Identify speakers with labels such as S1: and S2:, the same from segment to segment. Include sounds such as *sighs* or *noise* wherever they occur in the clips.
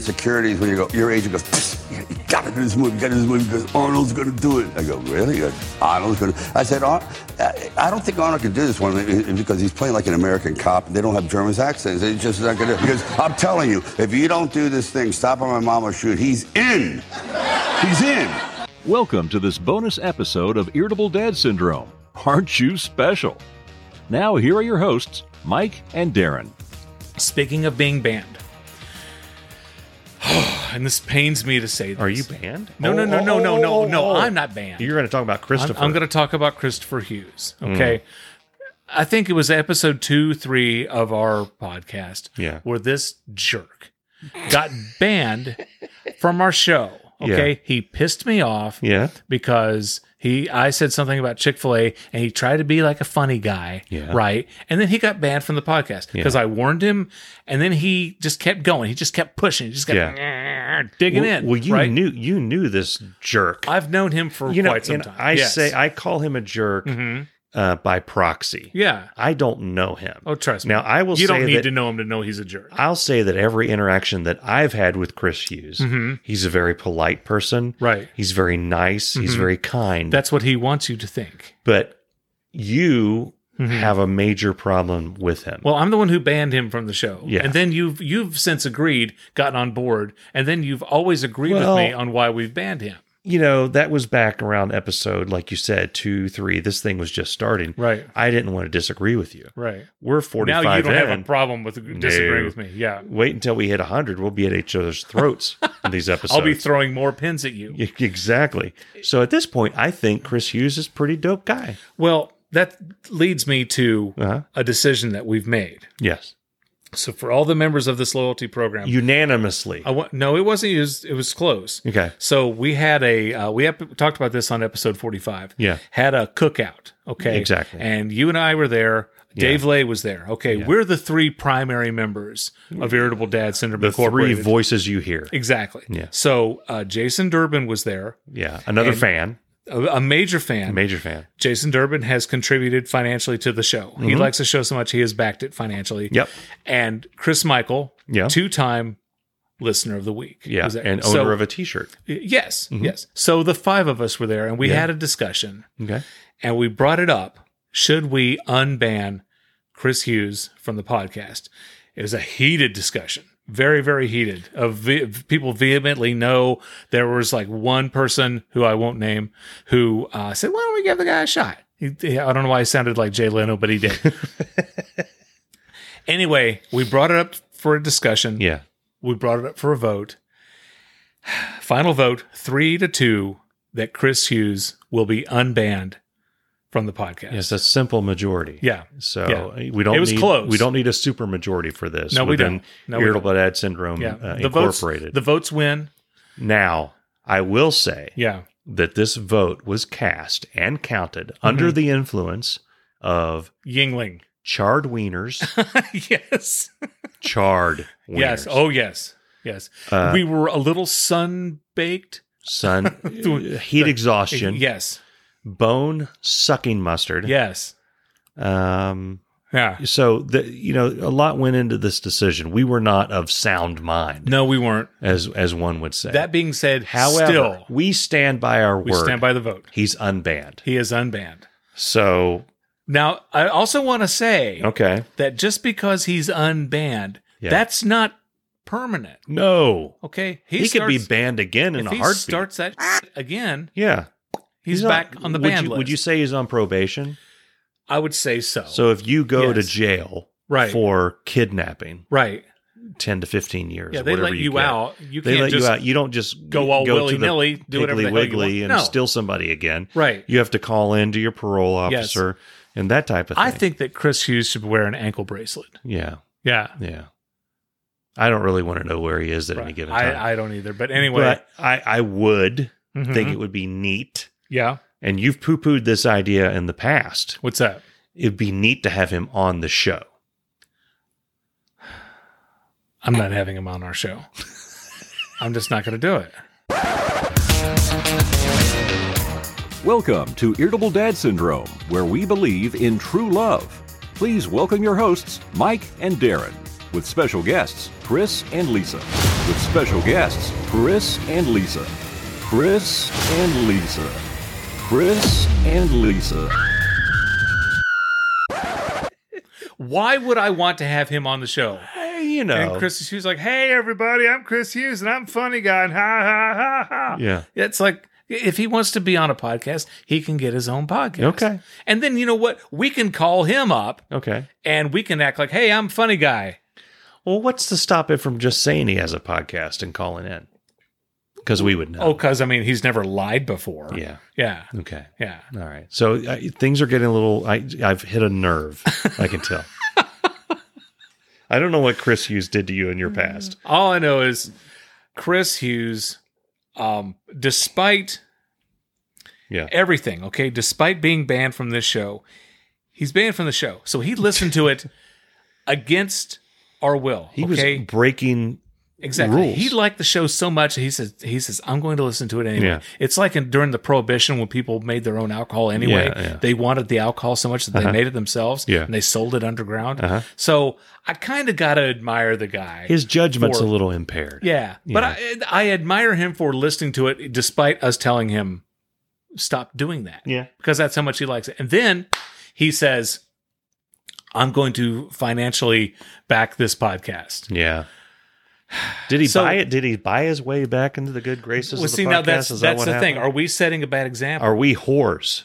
S1: securities when you go, your agent goes, "Psst, you gotta do this movie, you gotta do this movie because Arnold's gonna do it. I go, really? He goes, Arnold's gonna. I said, Ar- I I don't think Arnold could do this one uh, because he's playing like an American cop and they don't have German accents. They just not gonna. Because I'm telling you, if you don't do this thing, stop on my mama shoot, he's in. He's in.
S2: Welcome to this bonus episode of Irritable Dad Syndrome. Aren't you special? Now, here are your hosts, Mike and Darren.
S3: Speaking of being banned, *sighs* and this pains me to say this.
S4: Are you banned? Oh,
S3: No, no, no, no, no, no, no. I'm not banned.
S4: You're going to talk about
S3: I'm,
S4: Christopher. Hmm.
S3: I'm going to talk about Christopher Hughes. Okay. I think it was episode two, three of our podcast
S4: Yeah.
S3: where this jerk got banned from our show. Okay.
S4: *laughs* Yeah.
S3: He pissed me off
S4: Yeah.
S3: because he I said something about Chick Fil A and he tried to be like a funny guy,
S4: Yeah.
S3: right? And then he got banned from the podcast because I warned him, and then he just kept going. He just kept pushing. He just kept *laughs* digging
S4: Well,
S3: in.
S4: well, you
S3: right?
S4: knew you knew this jerk.
S3: I've known him for
S4: you know,
S3: quite some
S4: and
S3: time.
S4: I
S3: Yes. Mm-hmm.
S4: say I call him a jerk uh, by proxy.
S3: yeah.
S4: I don't know him.
S3: Oh, trust me.
S4: Now I will
S3: you
S4: say
S3: don't need
S4: that
S3: to know him to know he's a jerk.
S4: I'll say that every interaction that I've had with Chris Hughes, he's a very polite person.
S3: Mm-hmm. Right. Mm-hmm.
S4: He's very nice. He's very kind.
S3: That's what he wants you to think.
S4: but you have a major problem with him.
S3: Mm-hmm. Well, I'm the one who banned him from the show,
S4: Yeah.
S3: and then you've you've since agreed, gotten on board, and then you've always agreed
S4: Well-
S3: with me on why we've banned him.
S4: you know, that was back around episode, like you said, two, three. This thing was just starting.
S3: Right.
S4: I didn't want to disagree with you.
S3: Right.
S4: We're 45
S3: now you don't
S4: in.
S3: have a problem with disagreeing
S4: No.
S3: with me. Yeah.
S4: Wait until we hit 100. We'll be at each other's throats in these
S3: *laughs*
S4: episodes.
S3: I'll be throwing more pins at you.
S4: E- Exactly. So at this point, I think Chris Hughes is a pretty dope guy.
S3: Well, that leads me to
S4: Uh-huh.
S3: a decision that we've made.
S4: Yes.
S3: So for all the members of this loyalty program,
S4: Unanimously.
S3: I want no, it wasn't it was, it was close.
S4: Okay.
S3: So we had a uh, we have, talked about this on episode 45.
S4: Yeah.
S3: Had a cookout, okay?
S4: Exactly.
S3: And you and I were there. Dave Lay was there. Okay, we're the three primary members of Irritable Dad Syndrome
S4: The three
S3: Incorporated. E,
S4: voices you hear.
S3: exactly.
S4: Yeah.
S3: So uh, Jason Durbin was there,
S4: Yeah. Another
S3: And-
S4: fan,
S3: a, a major fan.
S4: major fan.
S3: Jason Durbin has contributed financially to the show. He likes the show so much he has backed it financially.
S4: Mm-hmm. Yep.
S3: And Chris Michael,
S4: Yeah.
S3: two-time listener of the week.
S4: Yeah.
S3: was there.
S4: And owner
S3: So-
S4: of a t shirt.
S3: Yes, yes. So the five of us were there and we
S4: Yeah.
S3: had a discussion
S4: Okay.
S3: and we brought it up. Should we unban Chris Hughes from the podcast? It was a heated discussion. Very, very heated. Of ve- people vehemently know there was like one person who I won't name who uh, said, "Why don't we give the guy a shot?" He, he- I don't know why he sounded like Jay Leno, but he did. anyway, we brought it up for a discussion.
S4: Yeah.
S3: We brought it up for a vote. Final vote, three to two, that Chris Hughes will be unbanned from the podcast.
S4: Yes. A simple majority.
S3: Yeah.
S4: So eh,
S3: Yeah.
S4: we don't.
S3: It was
S4: need,
S3: close.
S4: We don't need a super majority for this.
S3: No, we
S4: within
S3: don't. No, we
S4: irritable dad syndrome
S3: Yeah.
S4: uh,
S3: the votes
S4: incorporated.
S3: the votes win.
S4: now, I will say
S3: Yeah.
S4: that this vote was cast and counted
S3: Mm-hmm.
S4: under the influence of
S3: Yingling. *laughs*
S4: charred wieners,
S3: yes.
S4: charred wieners.
S3: Yes. Oh yes. Yes.
S4: Uh,
S3: we were a little sun baked. *laughs*
S4: sun uh, heat exhaustion,
S3: Yes.
S4: bone sucking mustard.
S3: Yes.
S4: Um.
S3: Yeah.
S4: So the you know a lot went into this decision. We were not of sound mind,
S3: No, we weren't.
S4: as as one would say.
S3: That being said,
S4: However,
S3: still
S4: we stand by our
S3: we
S4: word.
S3: stand by the vote.
S4: He's unbanned.
S3: He is unbanned.
S4: So
S3: Now, I also want to say
S4: okay,
S3: that just because he's unbanned,
S4: Yeah.
S3: that's not permanent.
S4: no,
S3: Okay,
S4: he, could be
S3: starts-
S4: banned again in
S3: if
S4: a
S3: he
S4: heartbeat.
S3: starts that again,
S4: yeah,
S3: he's,
S4: not-
S3: back on the
S4: would
S3: band
S4: you,
S3: list.
S4: Would you say he's on probation?
S3: I would say so.
S4: So if you go to
S3: Yes.
S4: jail
S3: Right.
S4: for kidnapping,
S3: right,
S4: ten to fifteen years.
S3: yeah,
S4: or
S3: they
S4: whatever
S3: let you,
S4: get,
S3: out. You
S4: They
S3: can't
S4: let
S3: just
S4: you out. You don't just
S3: go all
S4: to the
S3: willy-nilly, do whatever
S4: Piggly
S3: the hell you
S4: wiggly,
S3: want.
S4: and
S3: No.
S4: steal somebody again.
S3: right.
S4: You have to call in to your parole
S3: Yes.
S4: officer and that type of thing.
S3: I think that Chris Hughes should wear an ankle bracelet.
S4: yeah.
S3: Yeah,
S4: Yeah. I don't really want to know where he is at any
S3: Right.
S4: given time.
S3: I, I don't either. But anyway,
S4: but I, I would
S3: Mhm.
S4: think it would be neat.
S3: yeah.
S4: And you've poo pooed this idea in the past.
S3: What's that?
S4: It'd be neat to have him on the show.
S3: I'm not having him on our
S4: *laughs*
S3: show. I'm just not going to do it.
S2: Welcome to Irritable Dad Syndrome, where we believe in true love. Please welcome your hosts, Mike and Darren, with special guests, Chris and Lisa. with special guests Chris and Lisa. Chris and Lisa. Chris and Lisa.
S3: Why would I want to have him on the show?
S4: Hey, Eh, you know.
S3: And Chris Hughes like, hey everybody, I'm Chris Hughes and I'm funny guy. and Ha ha ha ha.
S4: Yeah.
S3: It's like if he wants to be on a podcast, he can get his own podcast.
S4: Okay.
S3: And then you know what? We can call him up
S4: Okay.
S3: and we can act like, hey, I'm funny guy.
S4: Well, what's to stop him from just saying he has a podcast and calling in? Because we would know.
S3: Oh, because I mean, he's never lied before.
S4: Yeah.
S3: Yeah.
S4: Okay.
S3: Yeah.
S4: All right. So I, things are getting a little. I, I've hit a nerve. I
S3: *laughs*
S4: can tell. I don't know what Chris Hughes did to you
S3: Mm.
S4: in your past.
S3: All I know is Chris Hughes, um, despite
S4: Yeah.
S3: everything, okay, despite being banned from this show, he's banned from the show. So he listened to it *laughs* against our will.
S4: He
S3: okay?
S4: was breaking.
S3: Exactly.
S4: rules.
S3: He liked the show so much he says he says I'm going to listen to it anyway.
S4: Yeah.
S3: It's like in, during the prohibition when people made their own alcohol anyway.
S4: Yeah, yeah.
S3: They wanted the alcohol so much that they made it themselves
S4: Yeah. Uh-huh.
S3: and they sold it underground. So I kind of got to admire the guy.
S4: His judgment's
S3: For-
S4: a little impaired.
S3: yeah. But I I admire him for listening to it despite us telling him stop doing that.
S4: Yeah.
S3: Because that's how much he likes it. And then he says I'm going to financially back this podcast.
S4: Yeah. Did he
S3: So-
S4: buy it? Did he buy his way back into the good graces
S3: Well,
S4: of the
S3: see,
S4: podcast?
S3: now that's
S4: Is that
S3: that's
S4: what
S3: the thing. Are
S4: happened?
S3: we setting a bad example?
S4: Are we whores?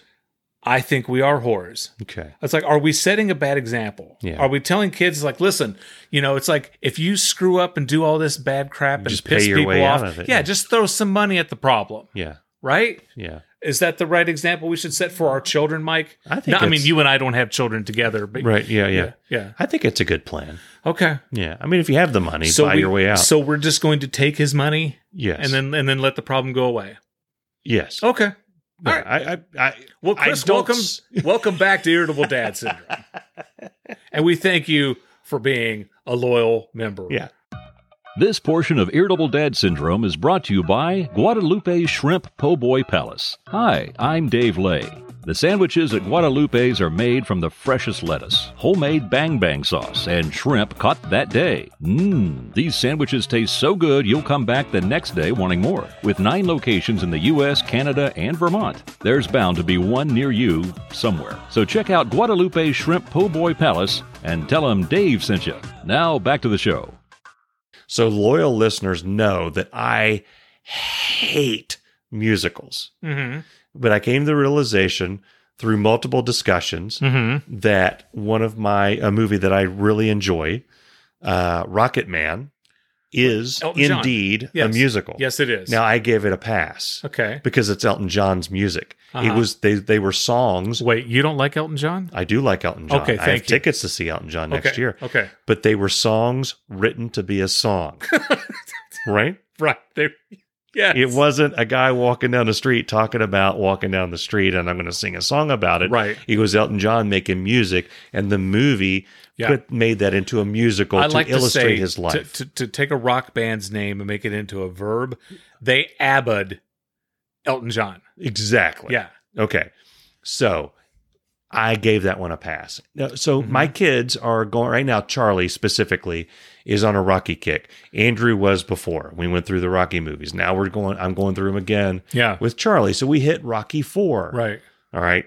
S3: I think we are whores.
S4: Okay.
S3: It's like, are we setting a bad example?
S4: Yeah.
S3: Are we telling kids like, listen, you know, it's like if you screw up and do all this bad crap and
S4: Just pay
S3: piss
S4: your
S3: people
S4: way
S3: off,
S4: out of it,
S3: yeah,
S4: yeah.
S3: just throw some money at the problem,
S4: Yeah.
S3: right?
S4: Yeah.
S3: Is that the right example we should set for our children, Mike?
S4: I think
S3: No, I mean,
S4: it's-
S3: you and I don't have children together, but
S4: Right. Yeah. Yeah.
S3: yeah.
S4: I think it's a good plan.
S3: Okay.
S4: Yeah. I mean, if you have the money, buy
S3: we,
S4: your way out.
S3: So we're just going to take his money
S4: yes.
S3: and then and then let the problem go away.
S4: yes.
S3: Okay.
S4: Yeah,
S3: all right.
S4: I, I, I,
S3: Well,
S4: I
S3: Chris,
S4: don't
S3: welcome,
S4: s- *laughs*
S3: welcome back to Irritable Dad Syndrome, and we thank you for being a loyal member.
S4: Yeah.
S2: This portion of Irritable Dad Syndrome is brought to you by Guadalupe's Shrimp Po' Boy Palace. Hi, I'm Dave Lay. The sandwiches at Guadalupe's are made from the freshest lettuce, homemade bang bang sauce, and shrimp caught that day. Mmm, these sandwiches taste so good you'll come back the next day wanting more. With nine locations in the U.S., Canada, and Vermont, there's bound to be one near you somewhere. So check out Guadalupe's Shrimp Po' Boy Palace and tell them Dave sent you. Now back to the show.
S4: So loyal listeners know that I hate musicals,
S3: Mm-hmm.
S4: but I came to the realization through multiple discussions
S3: Mm-hmm.
S4: that one of my a movie that I really enjoy, uh, Rocket Man, is
S3: Elton John.
S4: indeed a
S3: Yes.
S4: musical.
S3: Yes, it is.
S4: Now I gave it a pass
S3: okay.
S4: because it's Elton John's music. It
S3: Uh-huh.
S4: was they they were songs.
S3: Wait, you don't like Elton John?
S4: I do like Elton John.
S3: Okay,
S4: I have
S3: thank you.
S4: tickets to see Elton John next
S3: okay.
S4: year.
S3: Okay.
S4: but they were songs written to be
S3: *laughs*
S4: a song. right?
S3: Right. There. *laughs* Yeah.
S4: It wasn't a guy walking down the street talking about walking down the street and I'm going to sing a song about it.
S3: Right.
S4: It was Elton John making music and the movie
S3: Yeah.
S4: put, made that into a musical
S3: I
S4: to
S3: like
S4: illustrate
S3: to say
S4: his life.
S3: To, to, to take a rock band's name and make it into a verb. They abbed Elton John.
S4: exactly.
S3: Yeah.
S4: Okay. So I gave that one a pass. Now, So
S3: Mm-hmm.
S4: my kids are going right now. Charlie specifically is on a Rocky kick. Andrew was before. We went through the Rocky movies. Now we're going. I'm going through them again
S3: Yeah.
S4: with Charlie. So we hit Rocky Four.
S3: Right.
S4: All right.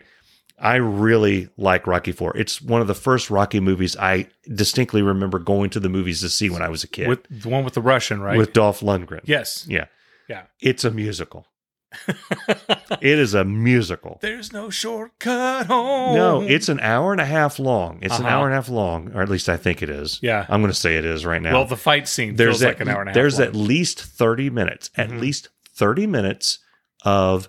S4: I really like Rocky Four. It's one of the first Rocky movies I distinctly remember going to the movies to see when I was a kid
S3: With the one with the Russian, right?
S4: with Dolph Lundgren.
S3: yes.
S4: Yeah.
S3: Yeah.
S4: It's
S3: *laughs*
S4: a musical. it is a musical.
S3: There's no shortcut home.
S4: No, it's an hour and a half long.
S3: Oh,
S4: It's an
S3: hmm. Uh-huh.
S4: hour and a half long, or at least I think it is.
S3: Yeah.
S4: I'm going to say it is right now.
S3: Well, the fight scene
S4: there's
S3: feels
S4: at,
S3: like an hour and a half.
S4: There's
S3: long.
S4: at least thirty minutes. At
S3: Mhm.
S4: least thirty minutes of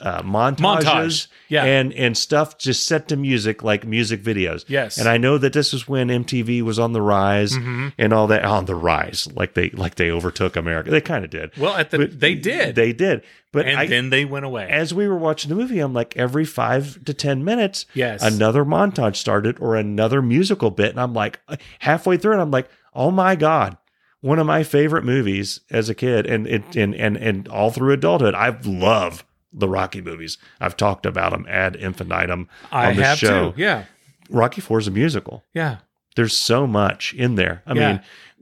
S4: uh, montages
S3: montage. Yeah.
S4: and and stuff just set to music like music videos.
S3: yes.
S4: And I know that this is when MTV was on the rise
S3: Mhm.
S4: and all that on the rise, like they like they overtook America. They kind of did.
S3: well, at the
S4: But
S3: they did,
S4: They did. But
S3: and
S4: I,
S3: then they went away.
S4: as we were watching the movie, I'm like, every five to 10 minutes,
S3: Yes.
S4: another montage started or another musical bit. And I'm like, uh, halfway through it, I'm like, oh my God, one of my favorite movies as a kid and it, and, and, and all through adulthood. I love the Rocky movies. I've talked about them ad infinitum
S3: I
S4: on the
S3: have
S4: show.
S3: too. Yeah,
S4: Rocky Four is a musical.
S3: yeah.
S4: There's so much in there. I
S3: Yeah.
S4: mean,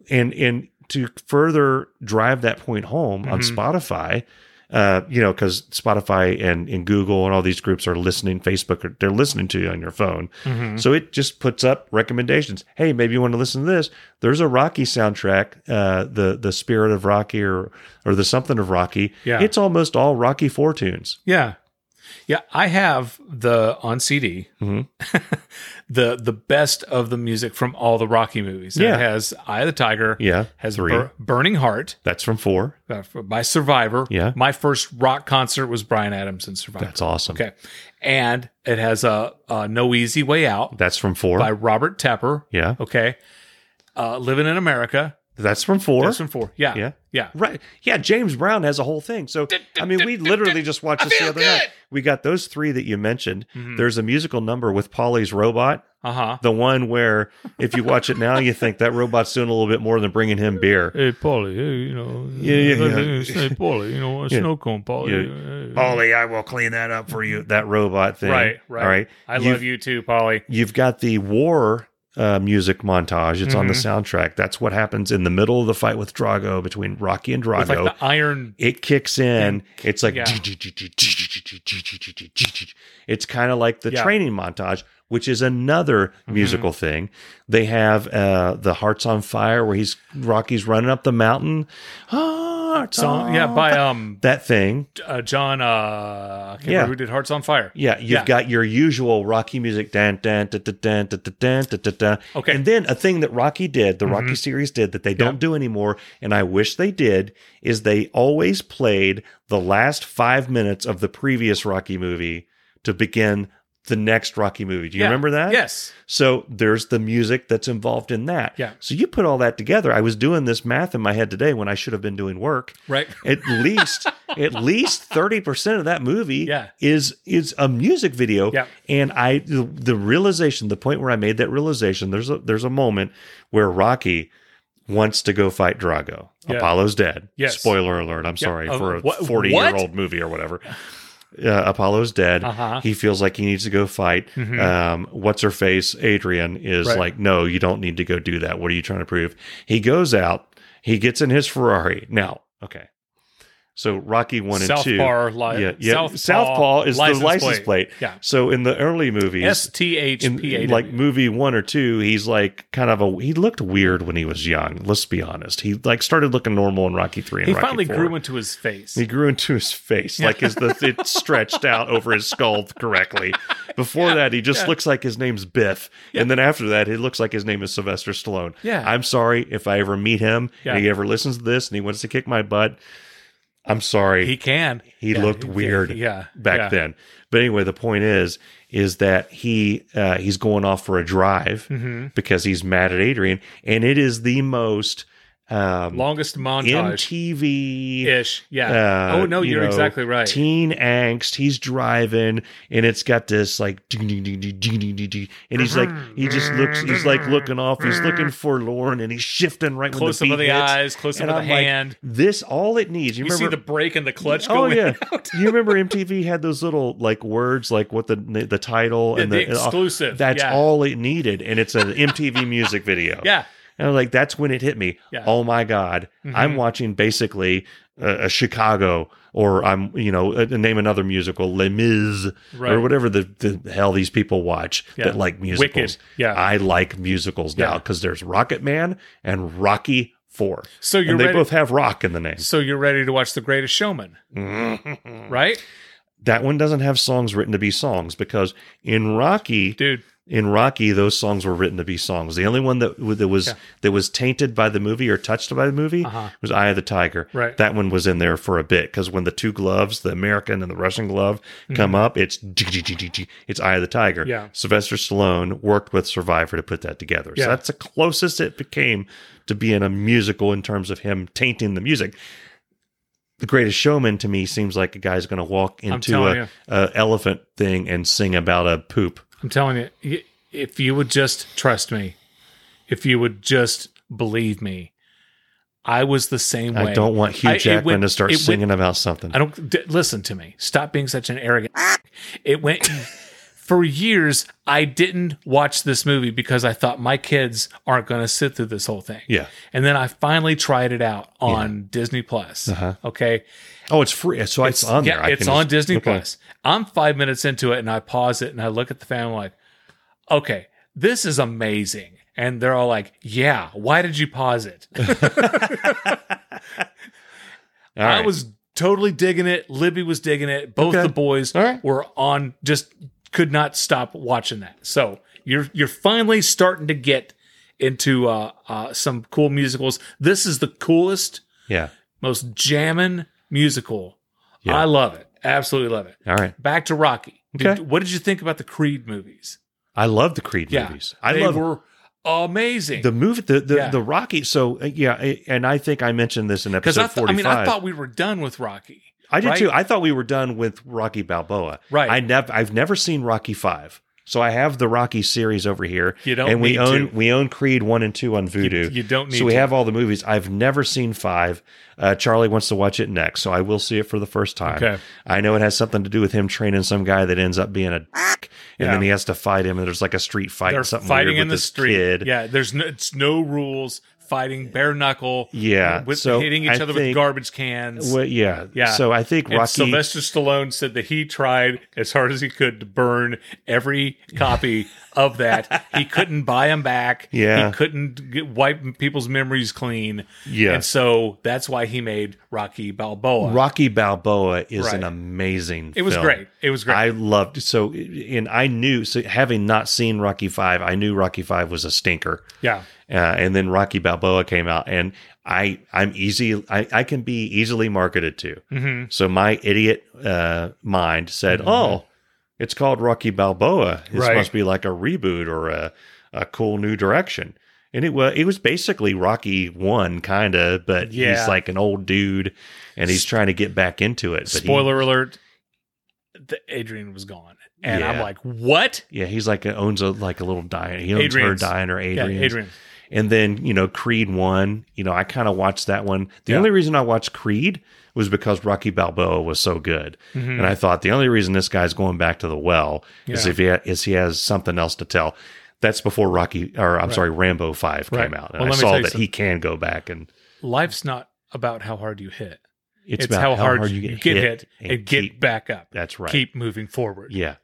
S4: and, and, to further drive that point home on
S3: Mhm.
S4: Spotify, uh, you know, because Spotify and, and Google and all these groups are listening, Facebook, are, they're listening to you on your phone.
S3: Mhm.
S4: So it just puts up recommendations. Hey, maybe you want to listen to this. There's a Rocky soundtrack, uh, the the Spirit of Rocky or or the something of Rocky.
S3: Yeah.
S4: it's almost all Rocky Four tunes.
S3: Yeah. Yeah, I have the on CD
S4: Mhm.
S3: *laughs* the the best of the music from all the Rocky movies. And
S4: Yeah.
S3: It has Eye of the Tiger,
S4: Yeah,
S3: has
S4: three.
S3: Bur- Burning Heart
S4: That's from four.
S3: uh, by Survivor.
S4: Yeah.
S3: My first rock concert was Brian Adams and Survivor.
S4: That's awesome.
S3: Okay. And it has a, uh No Easy Way Out
S4: That's from four.
S3: by Robert Tapper.
S4: Yeah,
S3: Okay. Uh, Living in America.
S4: that's from four.
S3: That's from four. Yeah.
S4: Yeah.
S3: Yeah.
S4: Right. Yeah, James Brown has a whole thing. So I mean, we literally just watched this the other night. We got those three that you mentioned.
S3: Mm-hmm.
S4: There's a musical number with Polly's robot,
S3: Uh huh.
S4: the one where if you watch it now, you think that robot's doing a little bit more than bringing him beer.
S3: Hey, Polly, hey, you know.
S4: Yeah, yeah, yeah.
S3: *laughs* Hey, Polly, you know, a
S4: *laughs* Yeah.
S3: snow cone, Polly.
S4: Yeah. Oh, Polly, I will clean that up for you. That robot thing.
S3: Right, right.
S4: All right.
S3: I
S4: You've-
S3: love you too, Polly.
S4: You've got the war uh, music montage. It's on
S3: Mm-hmm.
S4: the soundtrack. That's what happens in the middle of the fight with Drago between Rocky and Drago.
S3: It's like the iron.
S4: it kicks in. It's like
S3: Yeah.
S4: *laughs* it's kind of like the
S3: Yeah. Mm-hmm.
S4: training montage, which is another musical thing. They have uh, the Hearts on Fire, where he's Rocky's running up the mountain. Hearts
S3: Song,
S4: on
S3: yeah, by
S4: Fi-
S3: um
S4: that thing.
S3: uh, John. Uh, I can't
S4: Yeah.
S3: remember who did Hearts on Fire.
S4: Yeah, you've
S3: Yeah.
S4: got your usual Rocky music, dan dan da, da, dan da, da, dan da, da, da.
S3: Okay. Mm-hmm.
S4: and then a thing that Rocky did, the Rocky series did that they don't do anymore, and I wish they did, is they always played the last five minutes of the previous Rocky movie to begin the next Rocky movie. Do you
S3: Yeah.
S4: remember that?
S3: Yes.
S4: So there's the music that's involved in that.
S3: Yeah.
S4: So you put all that together. I was doing this math in my head today when I should have been doing work *laughs*
S3: Right.
S4: at least
S3: *laughs*
S4: at least 30% of that movie
S3: Yeah.
S4: is is a music video
S3: Yeah.
S4: and i the, the realization the point where i made that realization there's a there's a moment where rocky wants to go fight drago
S3: Yeah.
S4: apollo's dead
S3: Yes.
S4: spoiler alert i'm
S3: Yeah.
S4: sorry
S3: Uh,
S4: for a
S3: what-
S4: 40
S3: what?
S4: year old movie or
S3: *laughs*
S4: whatever uh, apollo's dead
S3: Uh-huh.
S4: he feels like he needs to go fight um, what's her face adrian is
S3: Mm-hmm. Right.
S4: like no you don't need to go do that what are you trying to prove he goes out he gets in his ferrari now okay so rocky one
S3: South
S4: and two
S3: Bar li-
S4: yeah, yeah.
S3: Southpaw
S4: Southpaw, is
S3: license
S4: the license
S3: plate.
S4: plate.
S3: Yeah.
S4: So in the early movies,
S3: S T H
S4: in
S3: P A.
S4: like movie one or two, he's like kind of a he looked weird when he was young. Let's be honest, he like started looking normal in Rocky three. And
S3: he
S4: Rocky
S3: finally
S4: IV.
S3: grew into his face.
S4: He grew into his face, like his the
S3: *laughs*
S4: it stretched out over his skull correctly. Before that, he just looks like his name's Biff, and then after that, he looks like his name is Sylvester Stallone.
S3: Yeah.
S4: I'm sorry if I ever meet him
S3: Yeah.
S4: and he ever listens to this and he wants to kick my butt. I'm sorry
S3: He can.
S4: he
S3: Yeah,
S4: looked
S3: can.
S4: weird
S3: Yeah.
S4: back
S3: yeah.
S4: then but anyway the point is is that he uh, he's going off for a drive
S3: Mm-hmm.
S4: because he's mad at adrian and it is the most um
S3: Longest montage
S4: mtv
S3: ish. Yeah.
S4: uh,
S3: oh no,
S4: you
S3: you're
S4: know,
S3: exactly right.
S4: Teen angst. He's driving, and it's got this like, ding, ding, ding, ding, ding, ding, ding, ding. and he's like, he just looks, he's like looking off, he's looking forlorn, and he's shifting right when
S3: close
S4: the
S3: up
S4: beat
S3: of the
S4: hits.
S3: eyes. Close up
S4: And
S3: of the
S4: I'm like,
S3: hand.
S4: this all it needs. You,
S3: you see
S4: remember
S3: the brake and the clutch
S4: Oh
S3: going
S4: yeah,
S3: out.
S4: you remember MTV had those little like words like what the the title
S3: *laughs* Yeah,
S4: and
S3: the
S4: the, and all-
S3: exclusive,
S4: that's
S3: yeah.
S4: all it needed, and it's an MTV music video.
S3: Yeah.
S4: and I'm like that's when it hit me.
S3: Yeah. Mm-hmm.
S4: Oh my god, I'm watching basically a, a Chicago or I'm you know uh name another musical Les Mis
S3: Right.
S4: or whatever the, the hell these people watch
S3: Yeah.
S4: that like musicals.
S3: Yeah.
S4: I like musicals now
S3: Yeah.
S4: because there's Rocket Man and Rocky Four.
S3: So you're
S4: and they
S3: ready-
S4: both have rock in the name.
S3: So you're ready to watch The Greatest Showman,
S4: Mm-hmm.
S3: right,
S4: that one doesn't have songs written to be songs because in Rocky,
S3: dude?
S4: in Rocky, those songs were written to be songs. The only one that w- that was that was tainted by the movie or touched by the movie was Eye of the Tiger.
S3: Uh-huh. Right.
S4: that one was in there for a bit because when the two gloves, the American and the Russian glove, come up, it's it's Eye of the Tiger.
S3: Mm-hmm. Yeah.
S4: Sylvester Stallone worked with Survivor to put that together.
S3: Yeah.
S4: So that's the closest it became to being a musical in terms of him tainting the music. The Greatest Showman to me seems like a guy's going to walk into
S3: telling
S4: a,
S3: you.
S4: a elephant thing and sing about a poop.
S3: I'm telling you, y- if you would just trust me, if you would just believe me, I was the same way.
S4: I don't want Hugh
S3: I- it
S4: Jackman
S3: went-
S4: to start
S3: it went-
S4: singing about something.
S3: *laughs*
S4: Ah.
S3: I don't d- listen to me. Stop being such an arrogant. It went For years, I didn't watch this movie because I thought my kids aren't going to sit through this whole thing.
S4: Yeah.
S3: And then I finally tried it out on Disney Plus.
S4: Uh-huh.
S3: Okay.
S4: Oh, it's free. So it's, on there.
S3: Yeah,
S4: I
S3: it's
S4: can
S3: on
S4: just-
S3: Disney
S4: okay.
S3: Plus. I'm five minutes into it and I pause it and I look at the family like, okay, this is amazing. And they're all like, yeah, why did you pause
S4: *laughs*
S3: it?
S4: All right.
S3: I was totally digging it. Libby was digging it. Both
S4: Okay.
S3: the boys
S4: All right.
S3: were on, just could not stop watching that. So you're you're finally starting to get into uh, uh, some cool musicals. This is the coolest,
S4: Yeah.
S3: most jamming musical.
S4: Yeah.
S3: I love it. Absolutely love it.
S4: All right.
S3: Back to Rocky. Did-
S4: Okay.
S3: what did you think about the Creed movies?
S4: I love the Creed
S3: Yeah.
S4: movies. I
S3: they
S4: love
S3: were amazing.
S4: the movie, the the,
S3: Yeah.
S4: the Rocky. So uh, yeah, I- and I think I mentioned this in
S3: Because
S4: episode
S3: I, th- I
S4: forty
S3: mean,
S4: five.
S3: I thought we were done with Rocky.
S4: I did
S3: right?
S4: too. I thought we were done with Rocky Balboa.
S3: Right.
S4: I never. I've never seen Rocky Five. So I have the Rocky series over here.
S3: You don't
S4: And we
S3: need
S4: own
S3: to.
S4: we own Creed one and two on Voodoo.
S3: You don't need
S4: so we
S3: to.
S4: have all the movies. I've never seen five. Uh, Charlie wants to watch it next, so I will see it for the first time.
S3: Okay.
S4: I know it has something to do with him training some guy that ends up being a dick, and
S3: Yeah.
S4: then he has to fight him, and there's like a street fight.
S3: They're
S4: and something
S3: fighting
S4: weird with
S3: in the
S4: this
S3: street.
S4: Kid.
S3: Yeah, there's no, it's no rules. Fighting bare knuckle. uh,
S4: Yeah,
S3: with
S4: so
S3: hitting each
S4: I
S3: other with
S4: think-
S3: garbage cans.
S4: Well, yeah.
S3: Yeah.
S4: So I think
S3: and
S4: Rocky.
S3: Sylvester Stallone said that he tried as hard as he could to burn every copy of that.
S4: *laughs*
S3: He couldn't buy them back.
S4: Yeah.
S3: he couldn't get, wipe people's memories clean.
S4: Yeah.
S3: and so that's why he made Rocky Balboa.
S4: Rocky Balboa is
S3: Right.
S4: an amazing.
S3: it was
S4: film.
S3: great. It was great.
S4: I loved so, and I knew so having not seen Rocky Five, I knew Rocky Five was a stinker.
S3: yeah,
S4: Uh, and then Rocky Balboa came out, and I I'm easy I, I can be easily marketed to.
S3: hmm
S4: So my idiot uh, mind said, "Oh, it's called Rocky Balboa. This
S3: Mm-hmm. Right.
S4: must be like a reboot or a a cool new direction." And it was it was basically Rocky One, kind of, but
S3: Yeah.
S4: he's like an old dude, and he's trying to get back into it. But he-
S3: Spoiler alert: the Adrian was gone, and I'm
S4: Yeah.
S3: like, what?
S4: Yeah, he's like a, owns a like a little diner. He owns
S3: Adrian's.
S4: her diner, Adrian.
S3: Yeah, Adrian.
S4: And then you know Creed one. You know I kind of watched that one. The
S3: Yeah.
S4: only reason I watched Creed was because Rocky Balboa was so good,
S3: Mhm.
S4: and I thought the only reason this guy's going back to the well is
S3: Yeah.
S4: if he ha- is he has something else to tell. That's before Rocky, or I'm sorry, Rambo five
S3: Right.
S4: came out,
S3: Well,
S4: and
S3: let
S4: I
S3: me tell
S4: saw
S3: you
S4: that he can go back and.
S3: life's not about how hard you hit.
S4: It's,
S3: It's,
S4: about
S3: how, hard, you get, hit, and, get
S4: keep-
S3: back up.
S4: That's right.
S3: Keep Mm. moving forward.
S4: Yeah.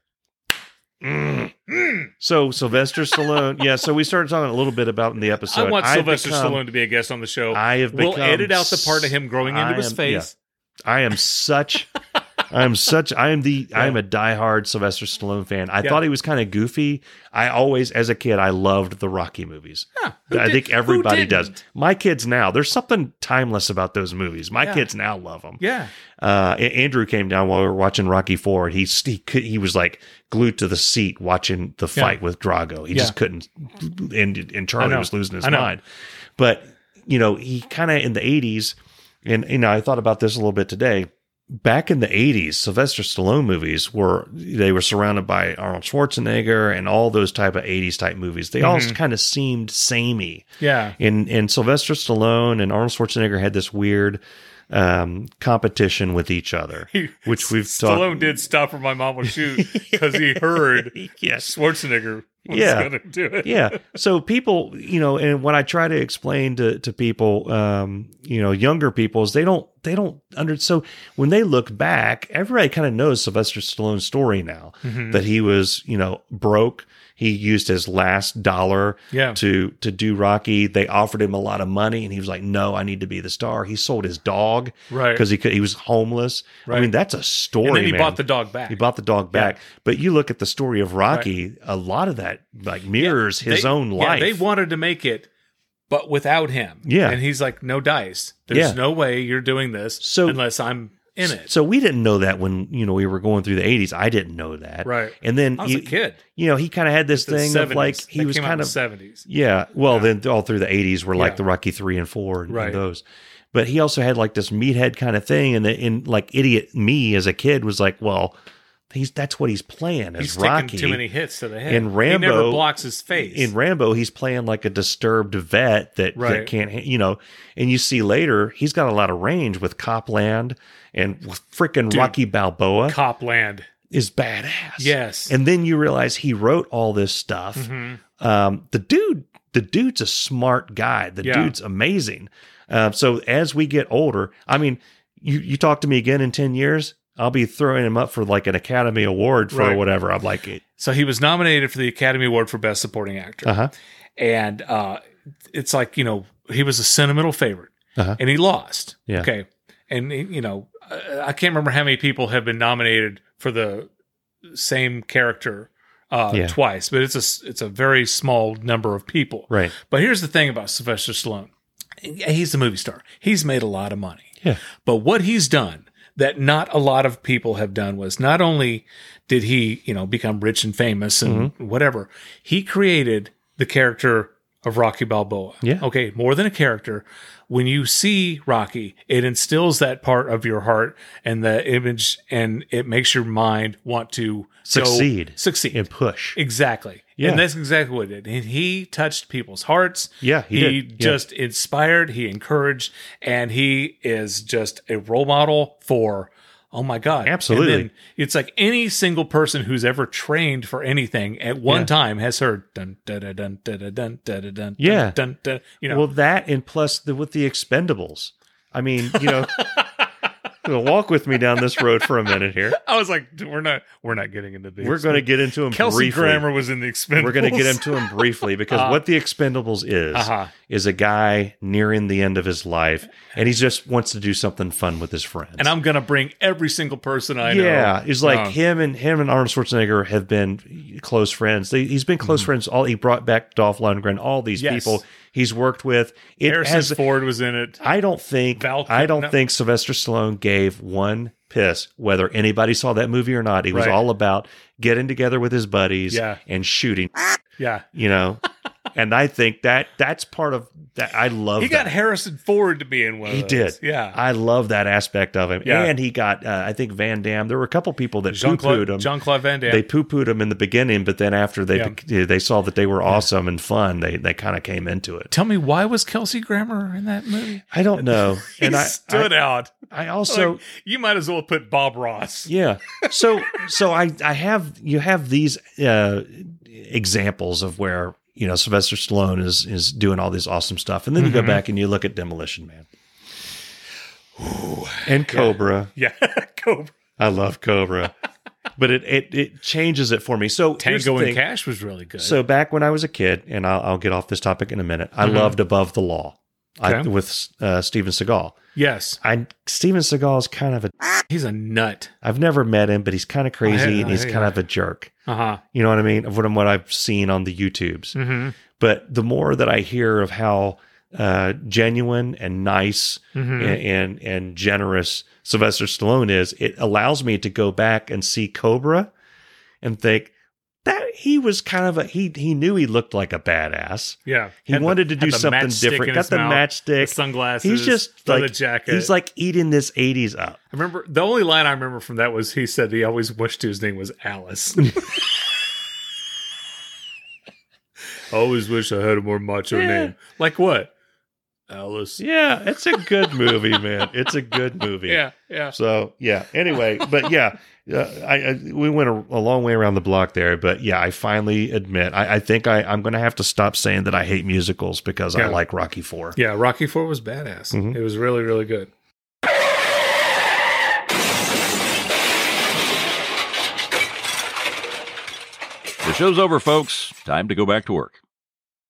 S4: So Sylvester Stallone. Yeah. So we started talking a little bit about in the episode.
S3: I want
S4: I've
S3: Sylvester
S4: become-
S3: Stallone to be a guest on the show.
S4: I have
S3: we'll
S4: become
S3: edit out the part of him growing into
S4: I
S3: his
S4: am-
S3: face.
S4: I am such. I am such. I am the. I am a diehard Sylvester Stallone fan. I
S3: Yeah.
S4: thought he was kind of goofy. I always, as a kid, I loved the Rocky movies.
S3: who
S4: I
S3: did-
S4: think
S3: who
S4: everybody does.
S3: didn't?
S4: My kids now. There's something timeless about those movies. My
S3: Yeah.
S4: kids now love them.
S3: Yeah.
S4: Uh, A- Andrew came down while we were watching Rocky Four, and he st- he, could, he was like glued to the seat watching the fight with Drago. He
S3: Yeah.
S4: just couldn't, and and
S3: I
S4: Charlie
S3: know.
S4: was losing his
S3: I know.
S4: mind. But you know, he kind of in the eighties, and you know, I thought about this a little bit today. Back in the eighties, Sylvester Stallone movies were they were surrounded by Arnold Schwarzenegger and all those type of eighties type movies. They
S3: Mm-hmm.
S4: all kind of seemed samey
S3: Yeah.
S4: and and Sylvester Stallone and Arnold Schwarzenegger had this weird um, competition with each other, which we've
S3: Stallone
S4: talked.
S3: did stop where my mom would
S4: *laughs*
S3: shoot because he heard
S4: Yes.
S3: Schwarzenegger was
S4: Yeah.
S3: going to do it.
S4: Yeah. So people, you know, and when I try to explain to, to people, um, you know, younger people is they don't they don't under so when they look back, everybody kind of knows Sylvester Stallone's story now
S3: Mm-hmm.
S4: that he was, you know, broke. He used his last dollar
S3: Yeah.
S4: to to do Rocky. They offered him a lot of money, and he was like, "No, I need to be the star." He sold his dog,
S3: Right.
S4: Because he could, he was homeless.
S3: Right.
S4: I mean, that's a story.
S3: And then he
S4: man.
S3: bought the dog back.
S4: He bought the dog back. But you look at the story of Rocky. A lot of that like mirrors his
S3: They-
S4: own
S3: yeah,
S4: life.
S3: they wanted to make it, but without him.
S4: Yeah.
S3: And he's like, no dice. There's
S4: Yeah.
S3: no way you're doing this
S4: So-
S3: unless I'm in it.
S4: so we didn't know that when you know we were going through the 80s. I didn't know that.
S3: Right.
S4: And then
S3: I was
S4: you,
S3: a kid.
S4: you know he kind of had this
S3: The
S4: thing of
S3: 70s.
S4: like he
S3: That
S4: was
S3: came out in
S4: kind
S3: the
S4: of
S3: 70s.
S4: Yeah. Well, then all through the 80s were like
S3: Yeah.
S4: the Rocky 3 and 4 and, and
S3: Right.
S4: those. But he also had like this meathead kind of thing and and like idiot me as a kid was like, well, he's that's what he's playing as
S3: He's taking
S4: Rocky.
S3: too many hits to the head.
S4: In
S3: he never
S4: Rambo-
S3: blocks his face.
S4: in Rambo, he's playing like a disturbed vet that,
S3: Right.
S4: that can't, ha- you know. And you see later, he's got a lot of range with Copland and freaking Rocky Balboa.
S3: Copland.
S4: is badass.
S3: Yes.
S4: And then you realize he wrote all this stuff.
S3: Mhm.
S4: Um, the dude, the dude's a smart guy. The
S3: Yeah.
S4: dude's amazing. Uh, so as we get older, I mean, you you talk to me again in ten years, I'll be throwing him up for like an Academy Award for
S3: Right.
S4: whatever. I'm like,
S3: So he was nominated for the Academy Award for Best Supporting Actor.
S4: uh huh,
S3: and uh, it's like you know he was a sentimental favorite
S4: Uh-huh.
S3: and he lost
S4: Yeah.
S3: okay and you know I- i can't remember how many people have been nominated for the same character uh,
S4: Yeah.
S3: twice but it's a s- it's a very small number of people
S4: right,
S3: but here's the thing about sylvester stallone he's a movie star he's made a lot of money
S4: yeah,
S3: but what he's done that not a lot of people have done was not only did he, you know, become rich and famous and
S4: Mm-hmm.
S3: whatever, he created the character of Rocky Balboa.
S4: Yeah.
S3: Okay. More than a character. When you see Rocky, it instills that part of your heart and the image, and it makes your mind want to go
S4: Succeed.
S3: succeed.
S4: and push.
S3: Exactly.
S4: Yeah.
S3: And that's exactly what it did. And he touched people's hearts.
S4: Yeah, he
S3: He,
S4: did. Yeah.
S3: just inspired, he encouraged, and he is just a role model for oh my God.
S4: Absolutely.
S3: And then it's like any single person who's ever trained for anything at one
S4: Yeah.
S3: time has heard dun dun dun dun dun dun dun dun dun dun
S4: Yeah.
S3: dun dun you know
S4: Well, that and plus the, with the Expendables. I mean, you
S3: *laughs*
S4: know, walk with me down this road for a minute here.
S3: I was like we're not we're not getting into this.
S4: We're going to get into them
S3: Kelsey
S4: briefly.
S3: Grammer was in the expendables.
S4: We're going to get into them briefly because what the Expendables is
S3: Uh-huh.
S4: is a guy nearing the end of his life, and he just wants to do something fun with his friends.
S3: *laughs* and I'm gonna bring every single person I know.
S4: yeah, it's like
S3: Uh,
S4: him and him and Arnold Schwarzenegger have been close friends. They, he's been close friends. All he brought back Dolph Lundgren, all these
S3: Mm-hmm. Yes.
S4: people he's worked with. It
S3: Harrison
S4: has
S3: Ford was in it.
S4: I don't think
S3: Val Kilmer-
S4: I don't
S3: no.
S4: think Sylvester Stallone gave one piss whether anybody saw that movie or not. It was
S3: Right.
S4: all about getting together with his buddies
S3: Yeah.
S4: and shooting,
S3: Yeah. *laughs*
S4: you know. and I think that that's part of that I love
S3: He got
S4: that.
S3: Harrison Ford to be in one.
S4: He
S3: of those.
S4: did.
S3: Yeah.
S4: I love that aspect of him.
S3: Yeah.
S4: And he got uh, I think Van Damme. There were a couple people that
S3: Jean
S4: poo-pooed
S3: Claude
S4: him.
S3: Jean Claude Van Damme.
S4: They poo-pooed him in the beginning, but then after they
S3: Yeah.
S4: bec- they saw that they were awesome and fun, they they kind of came into it.
S3: Tell me why was Kelsey Grammer in that movie? *laughs*
S4: I don't know.
S3: He
S4: and I
S3: stood *laughs*
S4: I,
S3: out.
S4: I also
S3: like, you might as well put Bob Ross.
S4: Yeah. So so I I have you have these uh examples of where you know Sylvester Stallone is is doing all this awesome stuff, and then
S3: Mm-hmm.
S4: you go back and you look at Demolition Man and Cobra.
S3: *laughs* Yeah, Cobra.
S4: I love Cobra, but it it it changes it for me. So here's the
S3: Tango and
S4: thing.
S3: Cash was really good.
S4: So back when I was a kid, and I'll, I'll get off this topic in a minute. I
S3: Mhm.
S4: loved Above the Law. I,
S3: Okay.
S4: with uh, Steven Seagal.
S3: yes,
S4: I Steven Seagal is kind of a.
S3: he's a nut.
S4: I've never met him, but he's kind of crazy
S3: I-
S4: and he's
S3: I-
S4: kind of a jerk.
S3: Uh huh.
S4: You know what I mean? Of what, what I've seen on the YouTubes.
S3: Mm-hmm.
S4: But the more that I hear of how uh, genuine and nice
S3: Mhm.
S4: and, and and generous Sylvester Stallone is, it allows me to go back and see Cobra and think that he was kind of a he he knew he looked like a badass.
S3: Yeah,
S4: He wanted to do something different. Got the matchstick.
S3: sunglasses.
S4: he's just like
S3: the jacket.
S4: he's like eating this 80s up.
S3: I remember the only line I remember from that was he said he always wished his name was Alice. *laughs* I always wish I had a more macho
S4: Yeah.
S3: name. Like what? Alice.
S4: Yeah, it's a good movie, man. It's a *laughs* good movie.
S3: Yeah, yeah.
S4: So yeah. Anyway,
S3: *laughs*
S4: but yeah, uh, I, I we went a, a long way around the block there, but yeah, I finally admit I, I think I, I'm going to have to stop saying that I hate musicals because
S3: Yeah.
S4: I like Rocky Four.
S3: Yeah, Rocky Four was badass.
S4: Mhm.
S3: It was really, really good.
S2: The show's over, folks. Time to go back to work.